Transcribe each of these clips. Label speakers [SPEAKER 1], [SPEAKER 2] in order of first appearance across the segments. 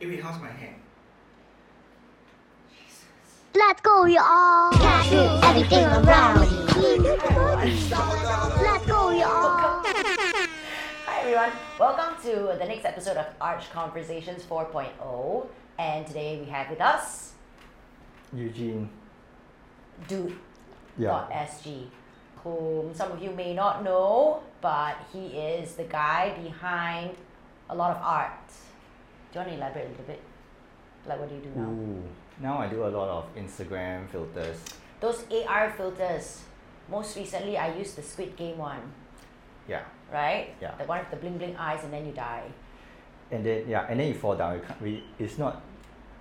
[SPEAKER 1] Evie, how's my hand?
[SPEAKER 2] Let's go, we all can do everything around. Let's go, we all.
[SPEAKER 3] Hi everyone, welcome to the next episode of Arch Conversations 4.0. And today we have with us
[SPEAKER 4] Eugene.
[SPEAKER 3] Dude.sg,
[SPEAKER 4] Yeah.
[SPEAKER 3] whom some of you may not know, but he is the guy behind a lot of art. Do you want to elaborate a little bit? Like what do you do now?
[SPEAKER 4] Ooh. Now I do a lot of Instagram filters.
[SPEAKER 3] Those AR filters. Most recently, I used the Squid Game one,
[SPEAKER 4] Yeah.
[SPEAKER 3] right?
[SPEAKER 4] Yeah.
[SPEAKER 3] The one with the bling bling eyes, and then you die.
[SPEAKER 4] And then yeah, and then you fall down. You can't, we it's not.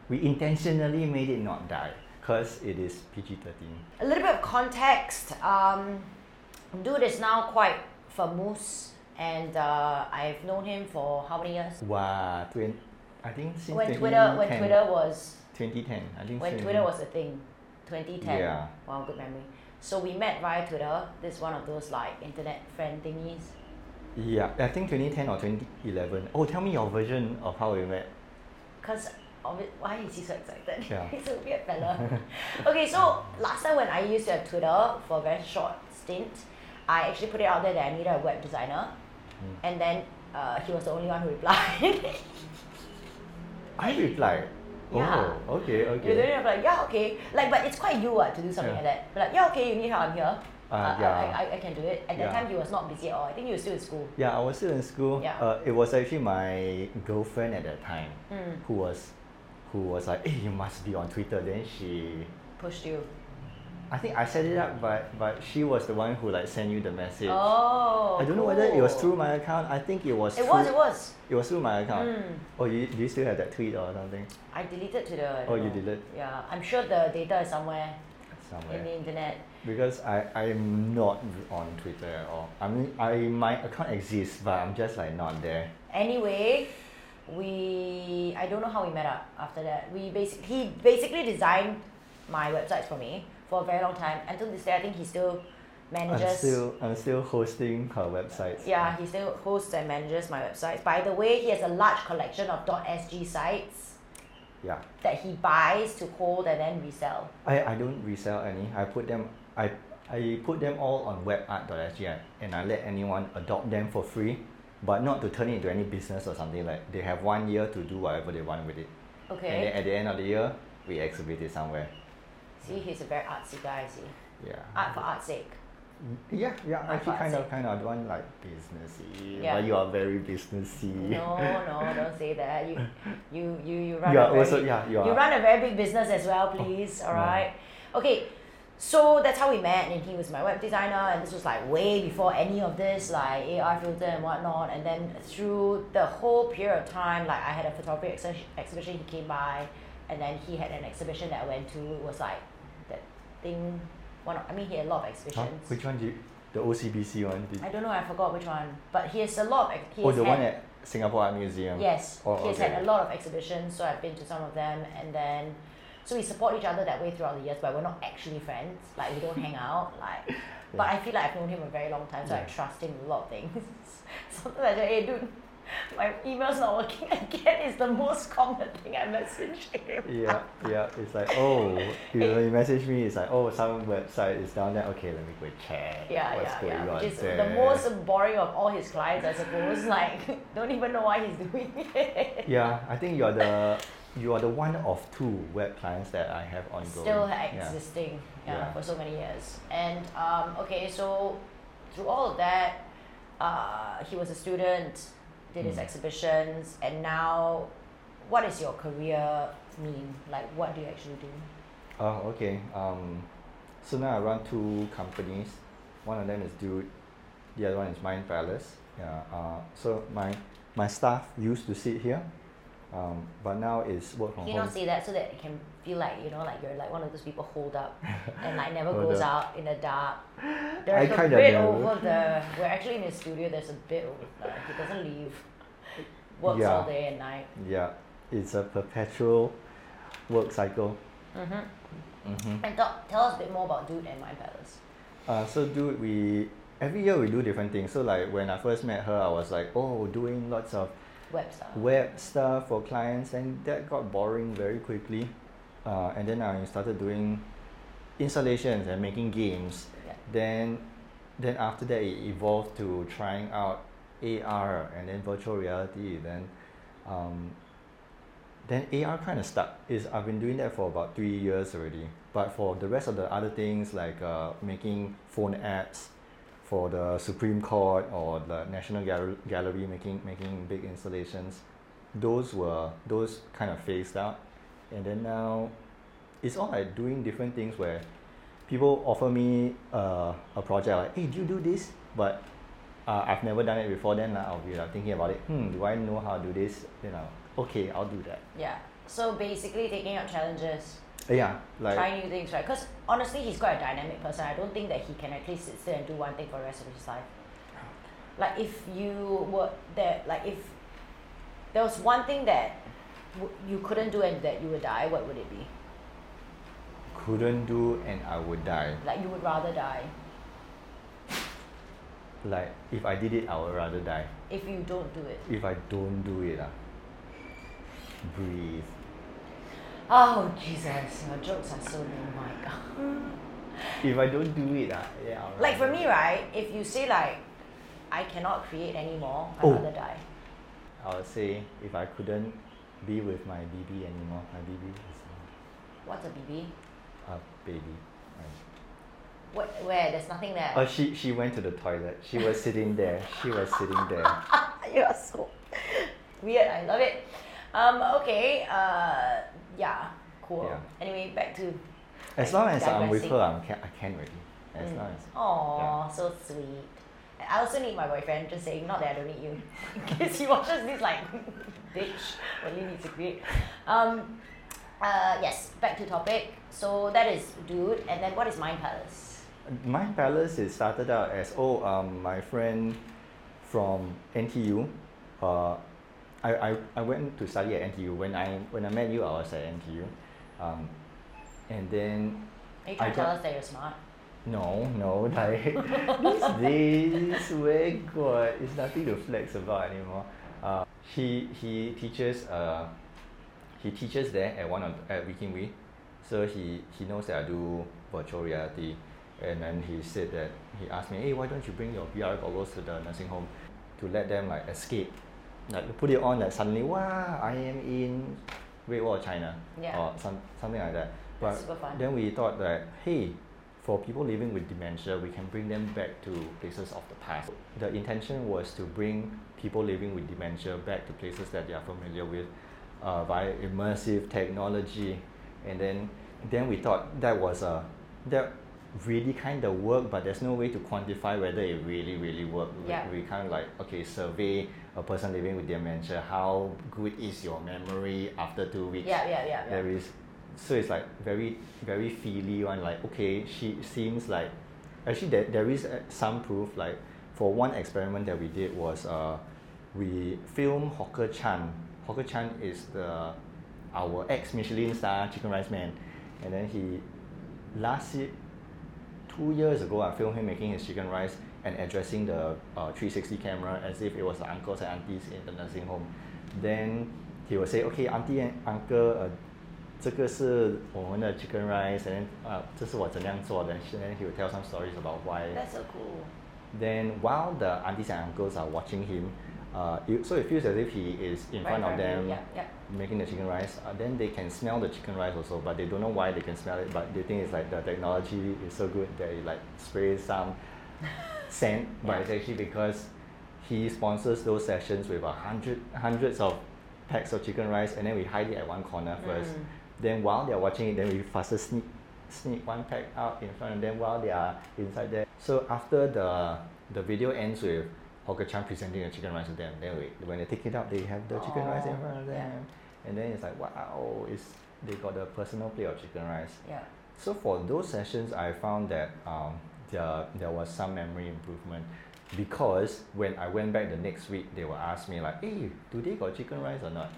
[SPEAKER 4] We intentionally made it not die because it is PG thirteen.
[SPEAKER 3] A little bit of context. Um, dude is now quite famous, and uh, I've known him for how many years?
[SPEAKER 4] Wow. Twen- I think since
[SPEAKER 3] When Twitter, when
[SPEAKER 4] 2010.
[SPEAKER 3] Twitter was,
[SPEAKER 4] 2010. I think
[SPEAKER 3] when
[SPEAKER 4] 20
[SPEAKER 3] Twitter was a thing, 2010.
[SPEAKER 4] Yeah.
[SPEAKER 3] Wow, good memory. So we met via Twitter. This is one of those like internet friend thingies.
[SPEAKER 4] Yeah, I think 2010 or 2011. Oh, tell me your version of how we met.
[SPEAKER 3] Cause of it, why is he so excited?
[SPEAKER 4] Yeah.
[SPEAKER 3] He's a weird fella. okay, so last time when I used to have Twitter for a very short stint, I actually put it out there that I needed a web designer,
[SPEAKER 4] Hmm.
[SPEAKER 3] and then uh, he was the only one who replied.
[SPEAKER 4] I replied.
[SPEAKER 3] Yeah.
[SPEAKER 4] Oh, okay,
[SPEAKER 3] You don't
[SPEAKER 4] okay.
[SPEAKER 3] have like yeah okay like but it's quite you uh, to do something
[SPEAKER 4] Yeah.
[SPEAKER 3] like that. But like yeah okay you need help I'm here.
[SPEAKER 4] Uh,
[SPEAKER 3] I- I-
[SPEAKER 4] yeah.
[SPEAKER 3] I, I, I can do it. At that
[SPEAKER 4] Yeah.
[SPEAKER 3] time he was not busy at all. I think he was still in school.
[SPEAKER 4] Yeah, I was still in school.
[SPEAKER 3] Yeah.
[SPEAKER 4] Uh, it was actually my girlfriend at that time
[SPEAKER 3] Mm.
[SPEAKER 4] who was who was like, Hey, you must be on Twitter. Then she
[SPEAKER 3] Pushed you.
[SPEAKER 4] I think I set it up but but she was the one who like sent you the message.
[SPEAKER 3] Oh.
[SPEAKER 4] I don't know whether it was
[SPEAKER 3] cool.
[SPEAKER 4] through my account. I think it was
[SPEAKER 3] It
[SPEAKER 4] through,
[SPEAKER 3] was. Mm. It was.
[SPEAKER 4] it was through my account. Oh you do you still have that tweet or something?
[SPEAKER 3] I deleted to the. I
[SPEAKER 4] Oh,
[SPEAKER 3] don't
[SPEAKER 4] you
[SPEAKER 3] know.
[SPEAKER 4] delete.
[SPEAKER 3] Yeah, I'm sure the data is somewhere in
[SPEAKER 4] Somewhere.
[SPEAKER 3] the internet.
[SPEAKER 4] Because I, I'm not on Twitter at all. I mean, I, my account exists, but I'm just like not there.
[SPEAKER 3] Anyway, we I don't know how we met up after that. We basic he basically designed my websites for me for a very long time. Until this day, I think he still manages.
[SPEAKER 4] I'm still, I'm still hosting her websites.
[SPEAKER 3] Yeah, he still hosts and manages my websites. By the way, he has a large collection of .sg sites
[SPEAKER 4] Yeah.
[SPEAKER 3] that he buys to hold and then resell.
[SPEAKER 4] I, I don't resell any. I put them, I, I put them all on webart.sg and I let anyone adopt them for free, but not to turn it into any business or something like. They have one year to do whatever they want with it. And then
[SPEAKER 3] Okay.
[SPEAKER 4] at the end of the year, we exhibit it somewhere.
[SPEAKER 3] See, he's a very artsy guy. See,
[SPEAKER 4] Yeah.
[SPEAKER 3] art for art's sake.
[SPEAKER 4] Yeah, yeah,
[SPEAKER 3] I
[SPEAKER 4] actually
[SPEAKER 3] thought
[SPEAKER 4] kind
[SPEAKER 3] so.
[SPEAKER 4] of, kind of, I don't like businessy,
[SPEAKER 3] Yeah.
[SPEAKER 4] but you are very businessy.
[SPEAKER 3] No, no, don't say that. You, you, you, you run.
[SPEAKER 4] You
[SPEAKER 3] a
[SPEAKER 4] are
[SPEAKER 3] very,
[SPEAKER 4] also- yeah, you are. Oh,
[SPEAKER 3] run a very big business as well, please. all right. Okay. So that's how we met, and he was my web designer, and this was like way before any of this, like AR filter and whatnot. And then through the whole period of time, like I had a photography exhi- exhibition, he came by, and then he had an exhibition that I went to. It was like that thing. One, of- I mean, he had a lot of
[SPEAKER 4] Huh?
[SPEAKER 3] exhibitions.
[SPEAKER 4] Which one do you, the OCBC one? Did,
[SPEAKER 3] I don't know. I forgot which one, but he has a lot of. ex- He
[SPEAKER 4] oh,
[SPEAKER 3] has
[SPEAKER 4] the
[SPEAKER 3] had,
[SPEAKER 4] one at Singapore Art Museum.
[SPEAKER 3] Yes,
[SPEAKER 4] Oh,
[SPEAKER 3] he has
[SPEAKER 4] okay.
[SPEAKER 3] had a lot of exhibitions, so I've been to some of them, and then so we support each other that way throughout the years, but we're not actually friends. Like we don't hang out. Like, but I feel like I've known him a very long time, so I
[SPEAKER 4] Yeah.
[SPEAKER 3] trust him with a lot of things. Sometimes I just, hey, dude, my email's not working again. Is the most common thing I message him.
[SPEAKER 4] Yeah, yeah. It's like oh, you, when you message me, it's like oh, some website is down there. Okay, let me go check.
[SPEAKER 3] Yeah,
[SPEAKER 4] what's
[SPEAKER 3] yeah,
[SPEAKER 4] going
[SPEAKER 3] yeah.
[SPEAKER 4] on
[SPEAKER 3] Which is
[SPEAKER 4] there.
[SPEAKER 3] the most boring of all his clients, I suppose. Like, don't even know why he's doing it.
[SPEAKER 4] Yeah, I think you are the you are the one of two web clients that I have ongoing.
[SPEAKER 3] still ha-
[SPEAKER 4] Yeah.
[SPEAKER 3] existing yeah,
[SPEAKER 4] Yeah.
[SPEAKER 3] for so many years. And um, okay, so through all of that, uh, he was a student, did
[SPEAKER 4] Mm.
[SPEAKER 3] his exhibitions, and now what is your career mean? Like, what do you actually do?
[SPEAKER 4] Oh, okay. Um, so now I run two companies. One of them is Dude, the other one is Mind Palace. Yeah. Uh, so my my staff used to sit here, um, but now it's work from
[SPEAKER 3] Can you
[SPEAKER 4] home.
[SPEAKER 3] not say that so that it can feel like, you know, like you're like one of those people hold up and like never
[SPEAKER 4] Hold
[SPEAKER 3] goes
[SPEAKER 4] up.
[SPEAKER 3] out in the dark? There's a
[SPEAKER 4] kinda
[SPEAKER 3] bit
[SPEAKER 4] know.
[SPEAKER 3] over the, we're actually in his studio, there's a bit over the, he doesn't leave. Works
[SPEAKER 4] Yeah.
[SPEAKER 3] all day and night.
[SPEAKER 4] Yeah, it's a perpetual work cycle.
[SPEAKER 3] And talk, tell us a bit more about Dude and Mind Palace.
[SPEAKER 4] Uh, so dude, we every year we do different things. So like when I first met her, I was like, oh, doing lots of
[SPEAKER 3] web stuff.
[SPEAKER 4] web stuff for clients, and that got boring very quickly. Uh, and then I started doing installations and making games.
[SPEAKER 3] Yeah.
[SPEAKER 4] Then, then after that, it evolved to trying out AR and then virtual reality. Then, um, then AR kind of stuck. Is I've been doing that for about three years already. But for the rest of the other things like uh, making phone apps for the Supreme Court or the National Gal- Gallery, making making big installations, those were those kind of phased out. And then now, it's all like doing different things where people offer me uh, a project like, hey, do you do this? But uh, I've never done it before. Then like, I'll be like thinking about it. Hmm, do I know how to do this? You know, okay, I'll do that.
[SPEAKER 3] Yeah. So basically, taking out challenges,
[SPEAKER 4] Uh, yeah, like
[SPEAKER 3] trying new things, right? Because honestly, he's quite a dynamic person. I don't think that he can actually sit still and do one thing for the rest of his life. Like if you were there, like if there was one thing that w- you couldn't do and that you would die, what would it be?
[SPEAKER 4] couldn't do and I would die.
[SPEAKER 3] Like you would rather die
[SPEAKER 4] Like if I did it, I would rather die.
[SPEAKER 3] if you don't do it.
[SPEAKER 4] If I don't do it, ah, breathe.
[SPEAKER 3] Oh Jesus, your jokes are so lame, my God.
[SPEAKER 4] If I don't do it, ah, yeah. I'll
[SPEAKER 3] Like for
[SPEAKER 4] rather
[SPEAKER 3] me, right? If you say like, I cannot create anymore, I'd
[SPEAKER 4] Oh.
[SPEAKER 3] rather die.
[SPEAKER 4] I would say if I couldn't be with my BB anymore, my BB is
[SPEAKER 3] What's a BB?
[SPEAKER 4] a baby.
[SPEAKER 3] What? Where? There's nothing there.
[SPEAKER 4] Oh, she she went to the toilet. She was sitting there. She was sitting there.
[SPEAKER 3] you are so weird. I love it. Um, okay. Uh, yeah. Cool.
[SPEAKER 4] Yeah.
[SPEAKER 3] Anyway, back to.
[SPEAKER 4] As long as I'm with her, I'm ca- I can already.
[SPEAKER 3] Mm.
[SPEAKER 4] As long as
[SPEAKER 3] Oh, so sweet. I also need my boyfriend. Just saying, not that I don't need you, in case he watches this like bitch. What you need to create. Um, uh, yes. Back to topic. So that is dude, and then what is mind palace?
[SPEAKER 4] my palace it started out as oh um my friend from NTU, uh, I, I I went to study at NTU when I when I met you I was at NTU, um, and then
[SPEAKER 3] Are you
[SPEAKER 4] I
[SPEAKER 3] trying to tell
[SPEAKER 4] got-
[SPEAKER 3] us that you're smart?
[SPEAKER 4] No, no, like these days, where God, it's nothing to flex about anymore. Uh, he he teaches uh, he teaches there at one of at Wiking Wee, so he he knows that I do virtual reality, and then he said that he asked me, hey, why don't you bring your VR goggles to the nursing home, to let them like escape, like you put it on, like suddenly, wow, I am in Great Wall of China,
[SPEAKER 3] Yeah.
[SPEAKER 4] or some, something like that. But
[SPEAKER 3] Super fun.
[SPEAKER 4] then we thought that hey, for people living with dementia, we can bring them back to places of the past. The intention was to bring people living with dementia back to places that they are familiar with uh, via immersive technology, and then then we thought that was a that really kind of worked, but there's no way to quantify whether it really really worked. We-
[SPEAKER 3] Yeah.
[SPEAKER 4] We, kind of like okay survey a person living with dementia how good is your memory after two weeks
[SPEAKER 3] Yeah, yeah, yeah, yeah.
[SPEAKER 4] there is so it's like very very feely one like okay she seems like actually there, there is uh, some proof like for one experiment that we did was uh we filmed hawker chan hawker chan is the our ex michelin star chicken rice man and then he last year two years ago i filmed him making his chicken rice and addressing the uh, 360 camera as if it was the uncles and aunties in the nursing home then he will say okay auntie and uncle uh, 这个是我们的 chicken rice and then uh, 这是我怎样做的 and then he will tell some stories about why
[SPEAKER 3] That's so cool.
[SPEAKER 4] then while the aunties and uncles are watching him, uh, it, so it feels as if he is in
[SPEAKER 3] Right
[SPEAKER 4] front
[SPEAKER 3] in front of you,
[SPEAKER 4] of them
[SPEAKER 3] yeah, yeah.
[SPEAKER 4] making the chicken rice. Uh, then they can smell the chicken rice also, but they don't know why they can smell it. But they think it's like the technology is so good that it like sprays some scent, but it's actually because he sponsors those sessions with a hundred hundreds of packs of chicken rice, and then we hide it at one corner first.
[SPEAKER 3] Mm.
[SPEAKER 4] Then while they're watching it, then we faster sneak sneak one pack out in front of them while they are inside there. So after the the video ends with Hawker Chan presenting the chicken rice to them, then we, when they take it out, they have the chicken rice in
[SPEAKER 3] Aw,
[SPEAKER 4] front of
[SPEAKER 3] Oh, yeah.
[SPEAKER 4] them, and then it's like wow, it's they got a personal plate of chicken rice.
[SPEAKER 3] Yeah.
[SPEAKER 4] So for those sessions, I found that um, there, there was some memory improvement because when I went back the next week, they will ask me like, hey, today got chicken rice or not?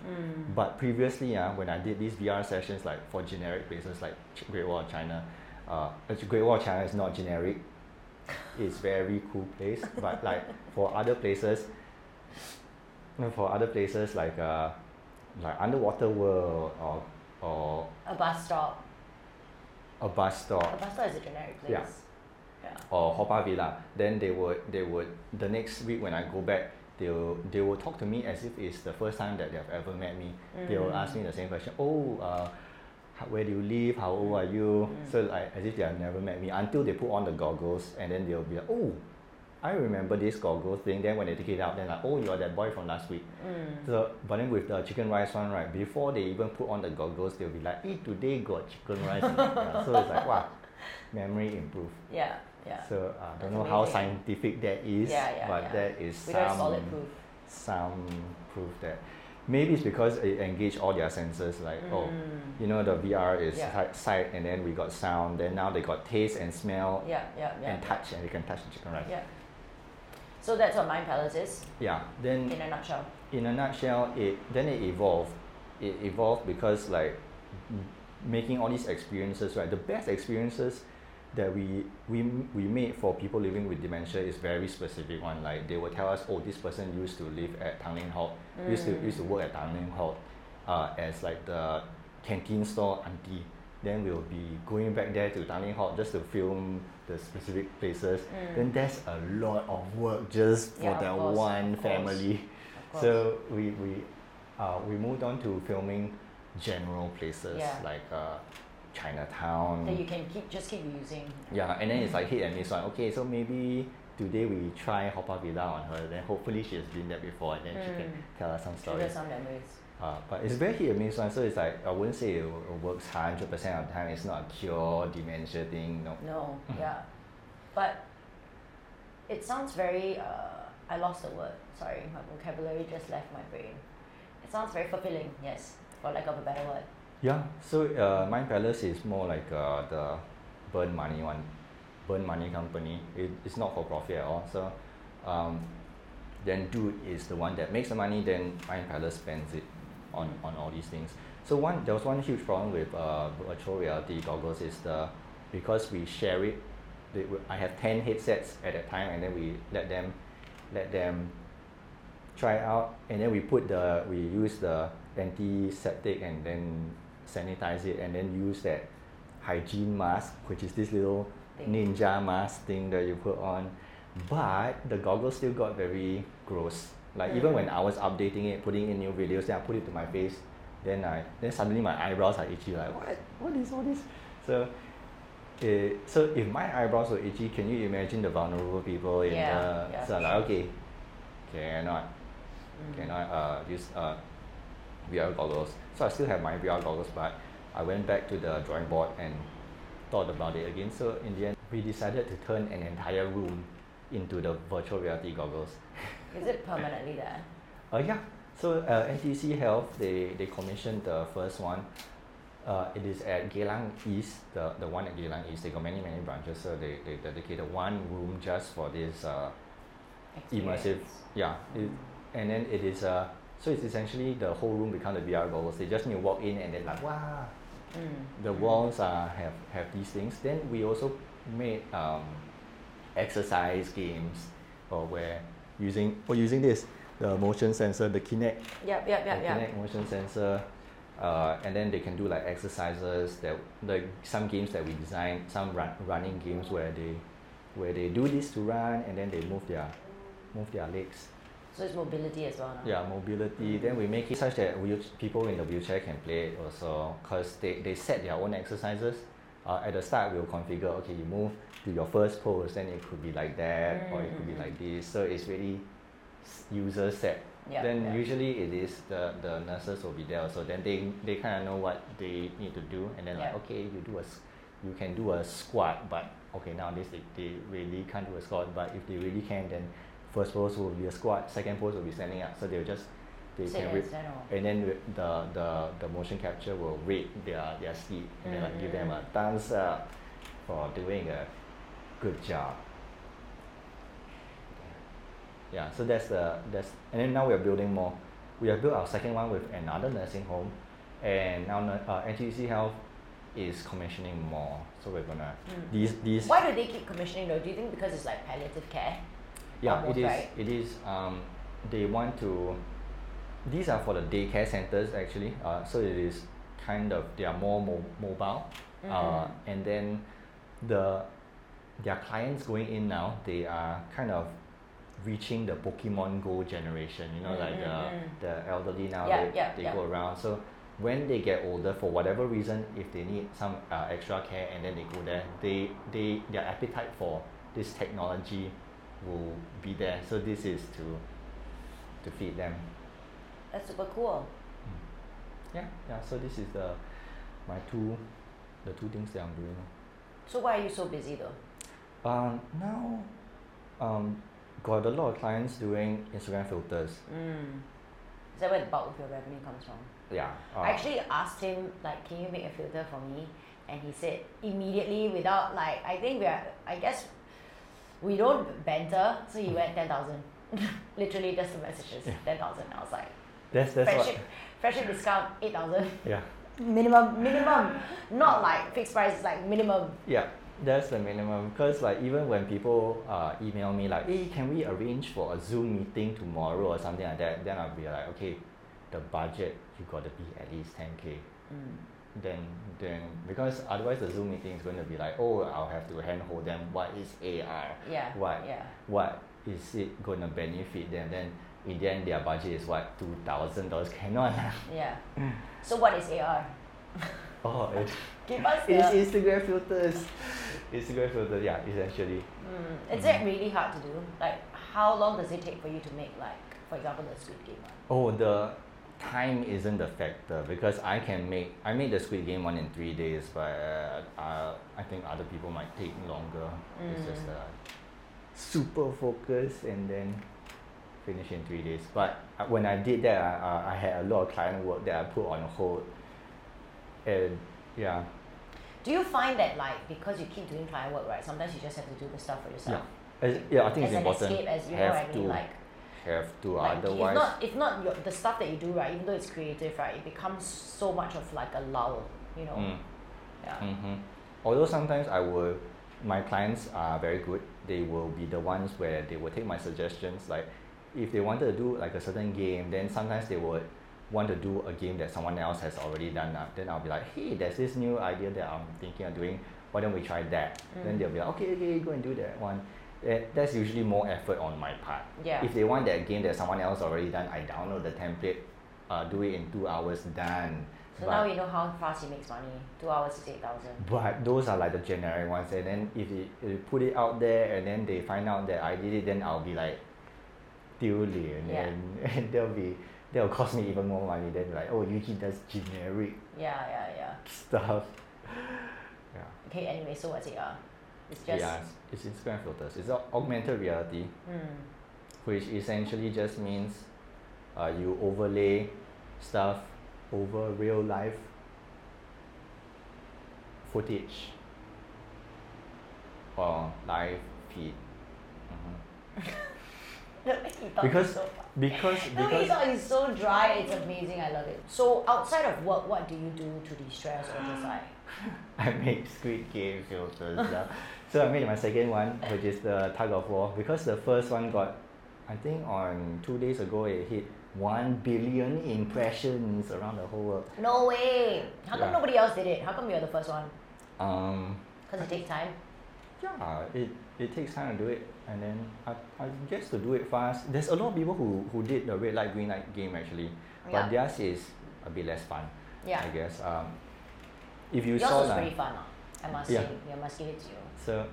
[SPEAKER 4] But previously, uh, when I did these VR sessions like for generic places like Ch- Great Wall of China, uh, actually Great Wall of China is not generic. It's very cool place, but like for other places, you know, for other places like uh, like underwater world or or
[SPEAKER 3] A bus stop.
[SPEAKER 4] a bus
[SPEAKER 3] A
[SPEAKER 4] stop
[SPEAKER 3] bus stop is a generic place.
[SPEAKER 4] Yeah.
[SPEAKER 3] Yeah.
[SPEAKER 4] or Haw Villa, then they would they would the next week when I go back, they'll they will talk to me as if it's the first time that they have ever met me. They will ask me the same question. Oh, uh, how- where do you live? How old are you? So like as if they have never met me until they put on the goggles and then they'll be like, oh. I remember this goggle thing. Then when they take it out, then like, oh, you're that boy from last week.
[SPEAKER 3] Mm. Hmm.
[SPEAKER 4] So, but then with the chicken rice one, right? Before they even put on the goggles, they'll be like, eh, today got chicken rice. or not?" Yeah, so it's like, wow, memory improved.
[SPEAKER 3] Yeah. Yeah.
[SPEAKER 4] So I
[SPEAKER 3] That's
[SPEAKER 4] don't know how
[SPEAKER 3] amazing.
[SPEAKER 4] scientific that is,
[SPEAKER 3] Yeah, yeah,
[SPEAKER 4] but
[SPEAKER 3] yeah.
[SPEAKER 4] that is
[SPEAKER 3] We don't have
[SPEAKER 4] some
[SPEAKER 3] solid proof.
[SPEAKER 4] some proof that maybe it's because it engaged all their senses. Like oh,
[SPEAKER 3] Hmm.
[SPEAKER 4] you know the VR is
[SPEAKER 3] Mm. Yeah.
[SPEAKER 4] si- sight, and then we got sound. Then now they got taste and smell
[SPEAKER 3] Yeah. Yeah. Yeah.
[SPEAKER 4] and touch, and they can touch the chicken rice.
[SPEAKER 3] Yeah. So that's what Mind Palace is
[SPEAKER 4] Yeah. Then
[SPEAKER 3] in a nutshell.
[SPEAKER 4] in a nutshell, it then it evolved. It evolved because like m- making all these experiences, right? The best experiences that we we we made for people living with dementia is very specific one. Like they will tell us, oh, this person used to live at Tanglin Hall, used to used to work at Tanglin Hall, uh, as like the canteen store auntie. Then we'll be going back there to Tanglin Hall just to film the specific places. Then there's a lot of work just
[SPEAKER 3] Mm.
[SPEAKER 4] for
[SPEAKER 3] Yeah, of
[SPEAKER 4] that
[SPEAKER 3] course,
[SPEAKER 4] one
[SPEAKER 3] of course.
[SPEAKER 4] family.
[SPEAKER 3] course.
[SPEAKER 4] So we we uh, we moved on to filming general places
[SPEAKER 3] Yeah.
[SPEAKER 4] like uh, Chinatown.
[SPEAKER 3] That you Mm-hmm. can keep just keep using.
[SPEAKER 4] um, yeah, and then it's like hit and miss one. Okay, so maybe today we try Hoppa Villa on her. Then hopefully she has been there before, and then she can tell us some
[SPEAKER 3] Trigger
[SPEAKER 4] stories.
[SPEAKER 3] Mm. some memories.
[SPEAKER 4] Uh, but it's very hit and miss one. So it's like I wouldn't say it, it works hundred percent of the time. It's not a cure dementia thing. No.
[SPEAKER 3] No, yeah. But it sounds very, uh, I lost the word, sorry, my vocabulary just left my brain. It sounds very fulfilling, yes, for lack of a better word.
[SPEAKER 4] Yeah. So uh, Mind Palace is more like uh, the burn money one, burn money company. It, it's not for profit at all. So um, then Dude is the one that makes the money. Then Mind Palace spends it on, on all these things. So one there was one huge problem with uh, virtual reality goggles is the because we share it. They, were- I have ten headsets at that time, and then we let them let them try out and then we put the we use the antiseptic and then sanitize it and then use that hygiene mask which is this little
[SPEAKER 3] Thing.
[SPEAKER 4] ninja mask thing that you put on but the goggles still got very gross like
[SPEAKER 3] Mm.
[SPEAKER 4] even when i was updating it putting in new videos then i put it to my face then i then suddenly my eyebrows are itchy like what what is all this so eh, so if my eyebrows were itchy can you imagine the vulnerable people in
[SPEAKER 3] Yeah,
[SPEAKER 4] the
[SPEAKER 3] yeah.
[SPEAKER 4] so I'm like okay cannot cannot uh, use uh, VR goggles. So I still have my VR goggles, but I went back to the drawing board and thought about it again. So in the end, we decided to turn an entire room into the virtual reality goggles.
[SPEAKER 3] Mm. Is it permanently there?
[SPEAKER 4] Uh, yeah. So uh, NTC Health they they commissioned the first one. Uh, it is at Geylang East, the, the one at Geylang East. They got many many branches, so they, they dedicated one room just for this uh, immersive.
[SPEAKER 3] Experience.
[SPEAKER 4] Yeah, it, and then it is uh, so it's essentially the whole room become the VR goggles. They just need to walk in and then like wow,
[SPEAKER 3] Mm.
[SPEAKER 4] the walls are have have these things. Then we also made um, exercise games, or where using or using this the motion sensor, the Kinect
[SPEAKER 3] Yep, yep,
[SPEAKER 4] yeah,
[SPEAKER 3] yep, yep.
[SPEAKER 4] motion sensor, uh, and then they can do like exercises that like some games that we design, some run, running games where they where they do this to run and then they move their move their legs.
[SPEAKER 3] So it's mobility as well. no?
[SPEAKER 4] Yeah, mobility. Then we make it such that wheel, people in the wheelchair can play it also because they, they set their own exercises. Uh, at the start, we'll configure, okay, you move to your first pose, then it could be like that or it could be like this. So it's really s- user set.
[SPEAKER 3] Yeah,
[SPEAKER 4] then
[SPEAKER 3] yeah.
[SPEAKER 4] usually it is the, the nurses will be there also. Then they, they kind of know what they need to do. And then
[SPEAKER 3] Yeah.
[SPEAKER 4] like, okay, you do a, s- you can do a squat, but okay, nowadays they, they really can't do a squat, but if they really can, then first pose will be a squat, second pose will be standing up. So they'll just, they
[SPEAKER 3] Sit
[SPEAKER 4] can
[SPEAKER 3] and
[SPEAKER 4] read,
[SPEAKER 3] stand or-
[SPEAKER 4] and then with the, the, the motion capture will rate their, their sleep and then like give them a thumbs up for doing a good job. Yeah, so that's the that's and then now we are building more. We have built our second one with another nursing home, and now nu- uh, NTUC Health is commissioning more. So we're gonna these these
[SPEAKER 3] Why do they keep commissioning though? Do you think because it's like palliative care?
[SPEAKER 4] yeah
[SPEAKER 3] almost,
[SPEAKER 4] it is
[SPEAKER 3] right?
[SPEAKER 4] it is um they want to these are for the daycare centers actually. Uh, so it is kind of they are more mo- mobile, uh, and then the their clients going in now they are kind of reaching the Pokemon Go generation. You know, like the the elderly now
[SPEAKER 3] Yeah,
[SPEAKER 4] they,
[SPEAKER 3] yeah,
[SPEAKER 4] they
[SPEAKER 3] yeah.
[SPEAKER 4] go around. So when they get older, for whatever reason, if they need some uh, extra care and then they go there, they they their appetite for this technology will be there. So this is to to feed them.
[SPEAKER 3] That's super cool.
[SPEAKER 4] Yeah, yeah. So this is the my two the two things that I'm doing.
[SPEAKER 3] So why are you so busy though?
[SPEAKER 4] Um, now, um, got a lot of clients doing Instagram filters. Mm.
[SPEAKER 3] Is that where the bulk of your revenue comes from?
[SPEAKER 4] Yeah. uh,
[SPEAKER 3] I actually asked him like, can you make a filter for me? And he said immediately without like, I think we are, I guess, we don't banter. So he went ten thousand, literally just the messages ten thousand. I was like,
[SPEAKER 4] that's that's
[SPEAKER 3] friendship,
[SPEAKER 4] what.
[SPEAKER 3] friendship discount eight thousand.
[SPEAKER 4] Yeah,
[SPEAKER 3] Minimum, minimum, not like fixed price, like minimum.
[SPEAKER 4] yeah. That's the minimum because like even when people uh, email me like, hey, can we arrange for a Zoom meeting tomorrow or something like that? Then I'll be like, okay, the budget you got to be at least ten k. Then then because otherwise the Zoom meeting is going to be like, oh, I'll have to handhold them. What is AR?
[SPEAKER 3] Yeah.
[SPEAKER 4] what
[SPEAKER 3] Yeah.
[SPEAKER 4] what is it gonna benefit them then in the end their budget is what two thousand dollars cannot lah.
[SPEAKER 3] Yeah. So what is AR?
[SPEAKER 4] oh it,
[SPEAKER 3] Give us the.
[SPEAKER 4] it's instagram filters instagram filters yeah essentially
[SPEAKER 3] mm, Is it really hard to do? Like, how long does it take for you to make, like, for example, the Squid Game one?
[SPEAKER 4] oh the time isn't the factor because i can make i made the squid game one in three days but uh, uh, i think other people might take longer it's
[SPEAKER 3] Mm.
[SPEAKER 4] just uh, super focus and then finish in three days but uh, when i did that I, I- I had a lot of client work that i put on hold and yeah
[SPEAKER 3] Do you find that, like, because you keep doing client work, right? Sometimes you just have to do the stuff for yourself.
[SPEAKER 4] Yeah. As- yeah, I think
[SPEAKER 3] As an
[SPEAKER 4] it's important.
[SPEAKER 3] escape, as you know
[SPEAKER 4] have
[SPEAKER 3] what I mean,
[SPEAKER 4] to,
[SPEAKER 3] like-
[SPEAKER 4] have to.
[SPEAKER 3] Like,
[SPEAKER 4] otherwise,
[SPEAKER 3] if not, if not your, the stuff that you do, right, even though it's creative, right, it becomes so much of like a lull, you know?
[SPEAKER 4] Mm.
[SPEAKER 3] Yeah.
[SPEAKER 4] Mhm. although sometimes I will, my clients are very good. They will be the ones where they will take my suggestions. Like, if they wanted to do like a certain game, then sometimes they would want to do a game that someone else has already done. lah. Then I'll be like, hey, there's this new idea that I'm thinking of doing. Why don't we try that?
[SPEAKER 3] Mm.
[SPEAKER 4] Then they'll be like, okay, okay, go and do that one. Eh, That's usually more effort on my part.
[SPEAKER 3] Yeah.
[SPEAKER 4] If they want that game that someone else already done, I download the template, uh, do it in two hours, done.
[SPEAKER 3] So
[SPEAKER 4] But-
[SPEAKER 3] now you know how fast he makes money. Two hours is 8,000.
[SPEAKER 4] but those are like the generic ones, and then if you, if you put it out there, and then they find out that I did it, then I'll be like, 丢脸,
[SPEAKER 3] Yeah.
[SPEAKER 4] and, and they'll be, they'll cost me even more money. Then like, oh, Yuki does generic
[SPEAKER 3] Yeah, yeah, yeah.
[SPEAKER 4] stuff. yeah.
[SPEAKER 3] Okay, anyway, so what's AR? It's just.
[SPEAKER 4] Yeah, it's it's Instagram filters. It's au- augmented reality,
[SPEAKER 3] hmm.
[SPEAKER 4] which essentially just means uh, you overlay stuff over real life footage or live feed. Mm-hmm.
[SPEAKER 3] he thought
[SPEAKER 4] Because,
[SPEAKER 3] so fast.
[SPEAKER 4] because,
[SPEAKER 3] No,
[SPEAKER 4] because,
[SPEAKER 3] it's, it's so dry. It's amazing. I love it. So outside of work, what do you do to de-stress or just like?
[SPEAKER 4] I made Squid Game filters. lah. so I made my second one, which is the tug of war, because the first one got, I think on two days ago, it hit one billion impressions around the whole world.
[SPEAKER 3] No way. How come
[SPEAKER 4] Yeah.
[SPEAKER 3] nobody else did it? How come you're the first one?
[SPEAKER 4] Um,
[SPEAKER 3] Because it takes time.
[SPEAKER 4] yeah, Uh, it, it takes time to do it, and then I, I guess to do it fast. There's a lot of people who, who did the red light green light game actually,
[SPEAKER 3] Yeah.
[SPEAKER 4] but theirs is a bit less fun.
[SPEAKER 3] Yeah.
[SPEAKER 4] I guess. Um, if you
[SPEAKER 3] Yours
[SPEAKER 4] saw
[SPEAKER 3] was
[SPEAKER 4] like,
[SPEAKER 3] pretty fun. ah. I must
[SPEAKER 4] Yeah.
[SPEAKER 3] say, I must give it to you.
[SPEAKER 4] so,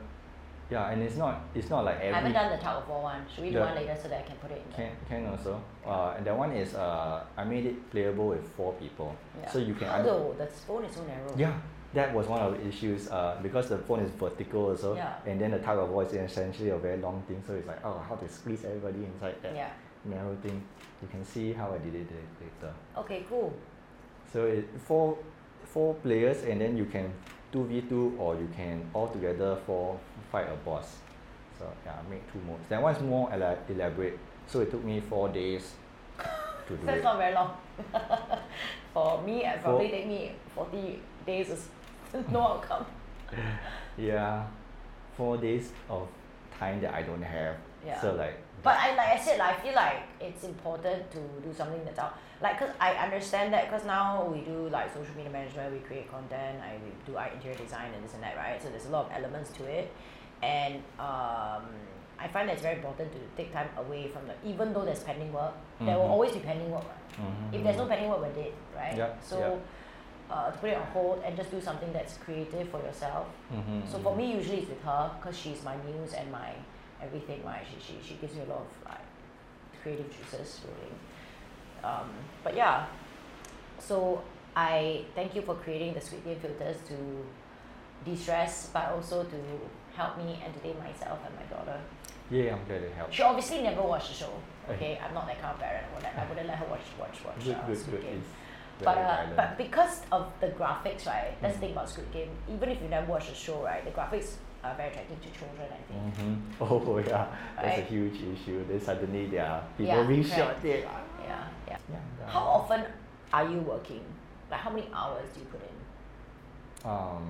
[SPEAKER 4] yeah, and it's not it's not like every
[SPEAKER 3] I haven't done the tug of war one. Should we do
[SPEAKER 4] Yeah.
[SPEAKER 3] one later so that I can put it in?
[SPEAKER 4] Can, can also. Uh, and that one is uh, I made it playable with four people,
[SPEAKER 3] the- Yeah.
[SPEAKER 4] so you can.
[SPEAKER 3] How
[SPEAKER 4] un-
[SPEAKER 3] though? The phone is so narrow.
[SPEAKER 4] yeah, that was one of the issues. Uh, because the phone is vertical also,
[SPEAKER 3] Yeah.
[SPEAKER 4] and then the tug of war is essentially a very long thing. So it's like oh, how to squeeze everybody inside that
[SPEAKER 3] Yeah.
[SPEAKER 4] narrow thing. You can see how I did it la- later.
[SPEAKER 3] Okay. Cool.
[SPEAKER 4] So it four four players, and then you can two v two, or you can all together for fight a boss. So yeah, I made two modes. That one's more ela- elaborate. So it took me four days to do
[SPEAKER 3] That's
[SPEAKER 4] it.
[SPEAKER 3] not very long. For me, it probably
[SPEAKER 4] For-
[SPEAKER 3] take me forty days. Is no outcome.
[SPEAKER 4] Yeah, four days of time that I don't have.
[SPEAKER 3] Yeah.
[SPEAKER 4] So like
[SPEAKER 3] But I like I said, like, I feel like it's important to do something that's out. Like, cause I understand that, cause now we do like social media management, we create content, I we do art interior design and this and that, right? So there's a lot of elements to it, and um, I find that it's very important to take time away from the. Even though there's pending work, there will
[SPEAKER 4] Mhm.
[SPEAKER 3] always be pending work. Right?
[SPEAKER 4] Mhm,
[SPEAKER 3] If there's no
[SPEAKER 4] mhm.
[SPEAKER 3] pending work, we're dead, right?
[SPEAKER 4] Yeah,
[SPEAKER 3] So.
[SPEAKER 4] yeah.
[SPEAKER 3] Uh, to put it on hold and just do something that's creative for yourself
[SPEAKER 4] Mhm,
[SPEAKER 3] so for me, usually it's with her because she's my muse and my everything. Right? She, she, she gives me a lot of like creative juices, really. Um, but yeah, so I thank you for creating the Sweet Game filters to de-stress, but also to help me entertain myself and my daughter.
[SPEAKER 4] Yeah, I'm glad it helped.
[SPEAKER 3] She obviously never watched the show.
[SPEAKER 4] Eh.
[SPEAKER 3] Okay, I'm not that kind of parent. I wouldn't, I wouldn't let her watch watch watch
[SPEAKER 4] Good,
[SPEAKER 3] uh,
[SPEAKER 4] good,
[SPEAKER 3] Squid
[SPEAKER 4] good.
[SPEAKER 3] Game.
[SPEAKER 4] It's
[SPEAKER 3] But
[SPEAKER 4] very
[SPEAKER 3] uh,
[SPEAKER 4] violent.
[SPEAKER 3] but because of the graphics, right? That's the
[SPEAKER 4] Mm.
[SPEAKER 3] thing about Squid Game. Even if you never watched the show, right? The graphics are very attractive to children. I think.
[SPEAKER 4] Mhm. Oh yeah, that's a
[SPEAKER 3] Right.
[SPEAKER 4] huge issue. Then suddenly there are people
[SPEAKER 3] Yeah,
[SPEAKER 4] reshot
[SPEAKER 3] correct.
[SPEAKER 4] it.
[SPEAKER 3] Yeah, yeah.
[SPEAKER 4] Yeah. yeah.
[SPEAKER 3] How often are you working? Like how many hours do you put in?
[SPEAKER 4] Um,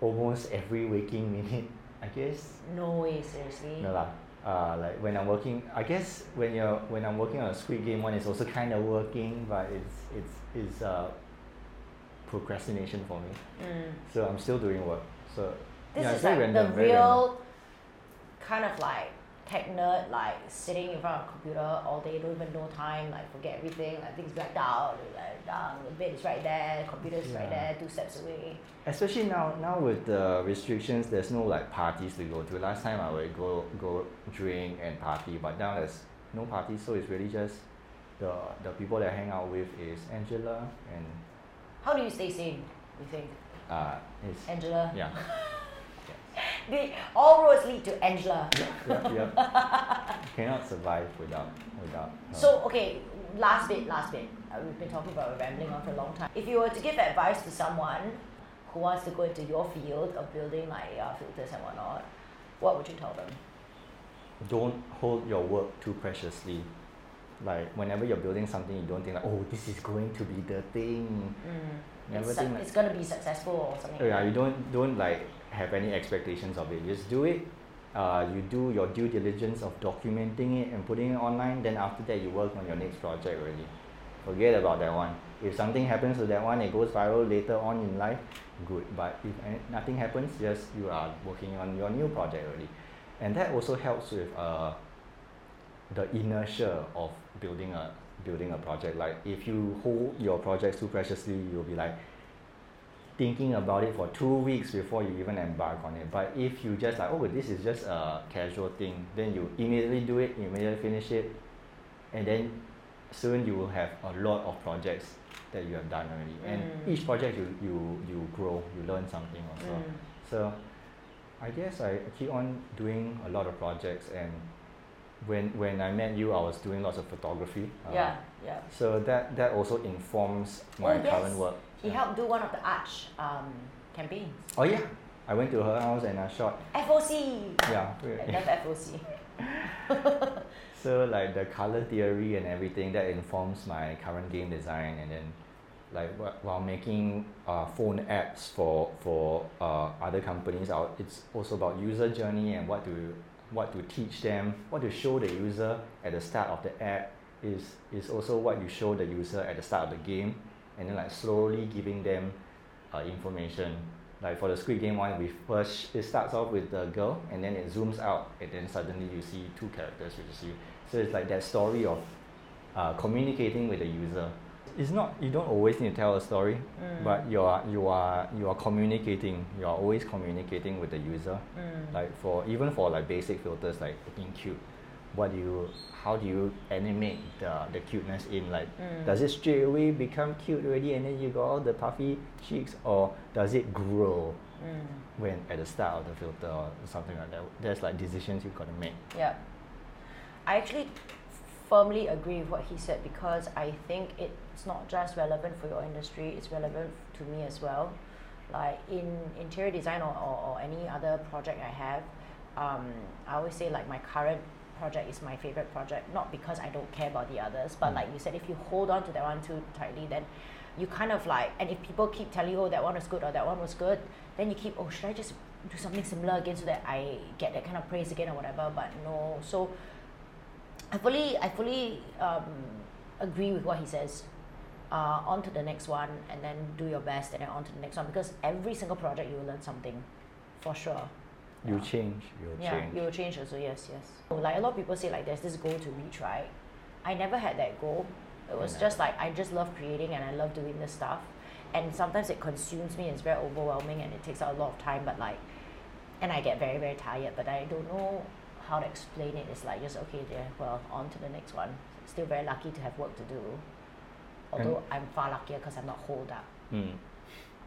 [SPEAKER 4] almost every waking minute, I guess.
[SPEAKER 3] No way, seriously.
[SPEAKER 4] No lah. Uh, like when I'm working, I guess when you're when I'm working on a Squid Game one, it's also kind of working, but it's it's it's uh, procrastination for me.
[SPEAKER 3] Mm.
[SPEAKER 4] So I'm still doing work. So
[SPEAKER 3] This
[SPEAKER 4] yeah,
[SPEAKER 3] is
[SPEAKER 4] it's
[SPEAKER 3] like
[SPEAKER 4] very random,
[SPEAKER 3] the
[SPEAKER 4] very random.
[SPEAKER 3] real kind of like tech nerd, like sitting in front of a computer all day, don't even know time, like forget everything, like things blacked out, like down, the bed is right there, computer is right
[SPEAKER 4] Yeah.
[SPEAKER 3] there, two steps away.
[SPEAKER 4] Especially now, now with the restrictions, there's no like parties to go to. Last time I would go go drink and party, but now there's no party, so it's really just the the people that I hang out with is Angela and
[SPEAKER 3] How do you stay sane, you think?
[SPEAKER 4] uh, it's
[SPEAKER 3] Angela?
[SPEAKER 4] yeah,
[SPEAKER 3] They, all roads lead to Angela.
[SPEAKER 4] yep, yep. Cannot survive without without. her.
[SPEAKER 3] So okay, last bit, last bit. Uh, we've been talking about rambling on for a long time. If you were to give advice to someone who wants to go into your field of building like AR filters and whatnot, what would you tell them?
[SPEAKER 4] don't hold your work too preciously. Like whenever you're building something, you don't think like, oh, this is going to be the thing.
[SPEAKER 3] it's,
[SPEAKER 4] Never
[SPEAKER 3] su-
[SPEAKER 4] think like,
[SPEAKER 3] it's gonna be successful or something.
[SPEAKER 4] Oh, yeah,
[SPEAKER 3] like
[SPEAKER 4] you don't don't like have any expectations of it. You just do it. Uh, you do your due diligence of documenting it and putting it online. Then after that, you work on your next project already. Forget about that one. If something happens to that one, it goes viral later on in life. Good, but if any- nothing happens, yes, you are working on your new project already, and that also helps with uh, the inertia of building a building a project. Like if you hold your projects too preciously, you'll be like, thinking about it for two weeks before you even embark on it. But if you just like, oh, this is just a casual thing, then you immediately do it, immediately finish it, and then soon you will have a lot of projects that you have done already. And
[SPEAKER 3] Mm.
[SPEAKER 4] each project you, you you grow, you learn something also.
[SPEAKER 3] Mm.
[SPEAKER 4] So I guess I keep on doing a lot of projects and when when I met you I was doing lots of photography. uh,
[SPEAKER 3] yeah, yeah.
[SPEAKER 4] So that that also informs my
[SPEAKER 3] Oh, yes.
[SPEAKER 4] current work.
[SPEAKER 3] He helped do one of the arch um, campaigns.
[SPEAKER 4] Oh yeah, I went to her house and I shot.
[SPEAKER 3] FOC.
[SPEAKER 4] Yeah,
[SPEAKER 3] I
[SPEAKER 4] we-
[SPEAKER 3] love FOC.
[SPEAKER 4] so like the color theory and everything that informs my current game design, and then like wh- while making uh, phone apps for for uh, other companies out, it's also about user journey and what to what to teach them, what to show the user at the start of the app is is also what you show the user at the start of the game, and then like slowly giving them uh, information. Like for the Squid Game one, we first it starts off with the girl and then it zooms out and then suddenly you see two characters which is you. So it's like that story of uh, communicating with the user. It's not you don't always need to tell a story,
[SPEAKER 3] Mm.
[SPEAKER 4] but you are you are you are communicating. You are always communicating with the user.
[SPEAKER 3] Mm,
[SPEAKER 4] Like for even for like basic filters like looking cute, what do you how do you animate the the cuteness in like
[SPEAKER 3] Mm.
[SPEAKER 4] does it straight away become cute already and then you got all the puffy cheeks or does it grow
[SPEAKER 3] mm.
[SPEAKER 4] when at the start of the filter or something like that? There's like decisions you've got to make.
[SPEAKER 3] Yeah. I actually firmly agree with what he said because I think it's not just relevant for your industry, it's relevant to me as well. Like in interior design or, or, or any other project I have, um, I always say like my current project is my favorite project, not because I don't care about the others, but like you said, if you hold on to that one too tightly, then you kind of like, and if people keep telling you, oh, that one was good or that one was good, then you keep, oh, should I just do something similar again so that I get that kind of praise again or whatever? But no. So I fully, I fully um, agree with what he says. Uh, on to the next one, and then do your best, and then on to the next one. Because every single project, you will learn something, for sure.
[SPEAKER 4] You change. You'll
[SPEAKER 3] Yeah,
[SPEAKER 4] change.
[SPEAKER 3] you will change also, yes, yes. Oh, Like a lot of people say, like, there's this goal to reach, right? I never had that goal. It was just like, I just love creating and I love doing this stuff. And sometimes it consumes me, and it's very overwhelming and it takes out a lot of time, but like, and I get very, very tired, but I don't know how to explain it. It's like, just okay, there, well, on to the next one. Still very lucky to have work to do. Although I'm far luckier because I'm not holed up.
[SPEAKER 4] Mm.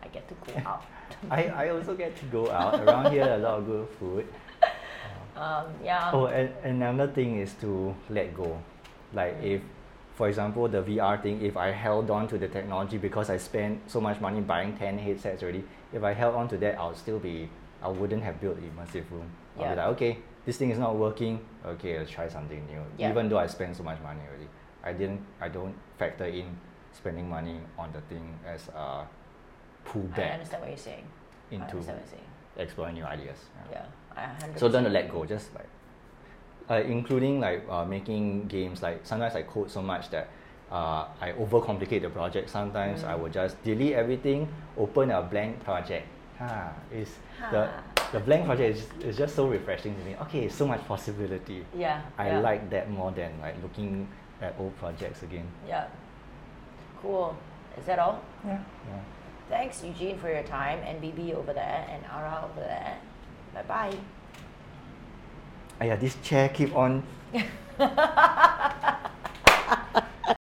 [SPEAKER 3] I get to go out.
[SPEAKER 4] I, I also get to go out around here. A lot of good food.
[SPEAKER 3] um, yeah.
[SPEAKER 4] Oh, and and another thing is to let go. Like if, for example, the VR thing. If I held on to the technology because I spent so much money buying ten headsets already, if I held on to that, I'll still be. I wouldn't have built immersive room. I'll be
[SPEAKER 3] Yeah.
[SPEAKER 4] like, okay, this thing is not working. Okay, let's try something new.
[SPEAKER 3] Yeah.
[SPEAKER 4] Even though I spent so much money already, I didn't. I don't factor in spending money on the thing as a
[SPEAKER 3] I
[SPEAKER 4] pullback
[SPEAKER 3] understand what you're saying. I
[SPEAKER 4] into
[SPEAKER 3] understand what you're saying.
[SPEAKER 4] exploring new ideas. Yeah.
[SPEAKER 3] Yeah, I 100%.
[SPEAKER 4] So learn to let go, just like, uh, including like uh, making games. Like sometimes I code so much that uh, I overcomplicate the project. Sometimes I will just delete everything, open a blank project. Ah, is the the blank project is, is just so refreshing to me. Okay, so much possibility.
[SPEAKER 3] Yeah.
[SPEAKER 4] I
[SPEAKER 3] yeah,
[SPEAKER 4] like that more than like looking at old projects again.
[SPEAKER 3] Yeah. Cool. Is that all?
[SPEAKER 4] Yeah.
[SPEAKER 3] Thanks, Eugene, for your time, and BB over there, and Ara over there. Bye bye.
[SPEAKER 4] Ah, yeah, this chair keep on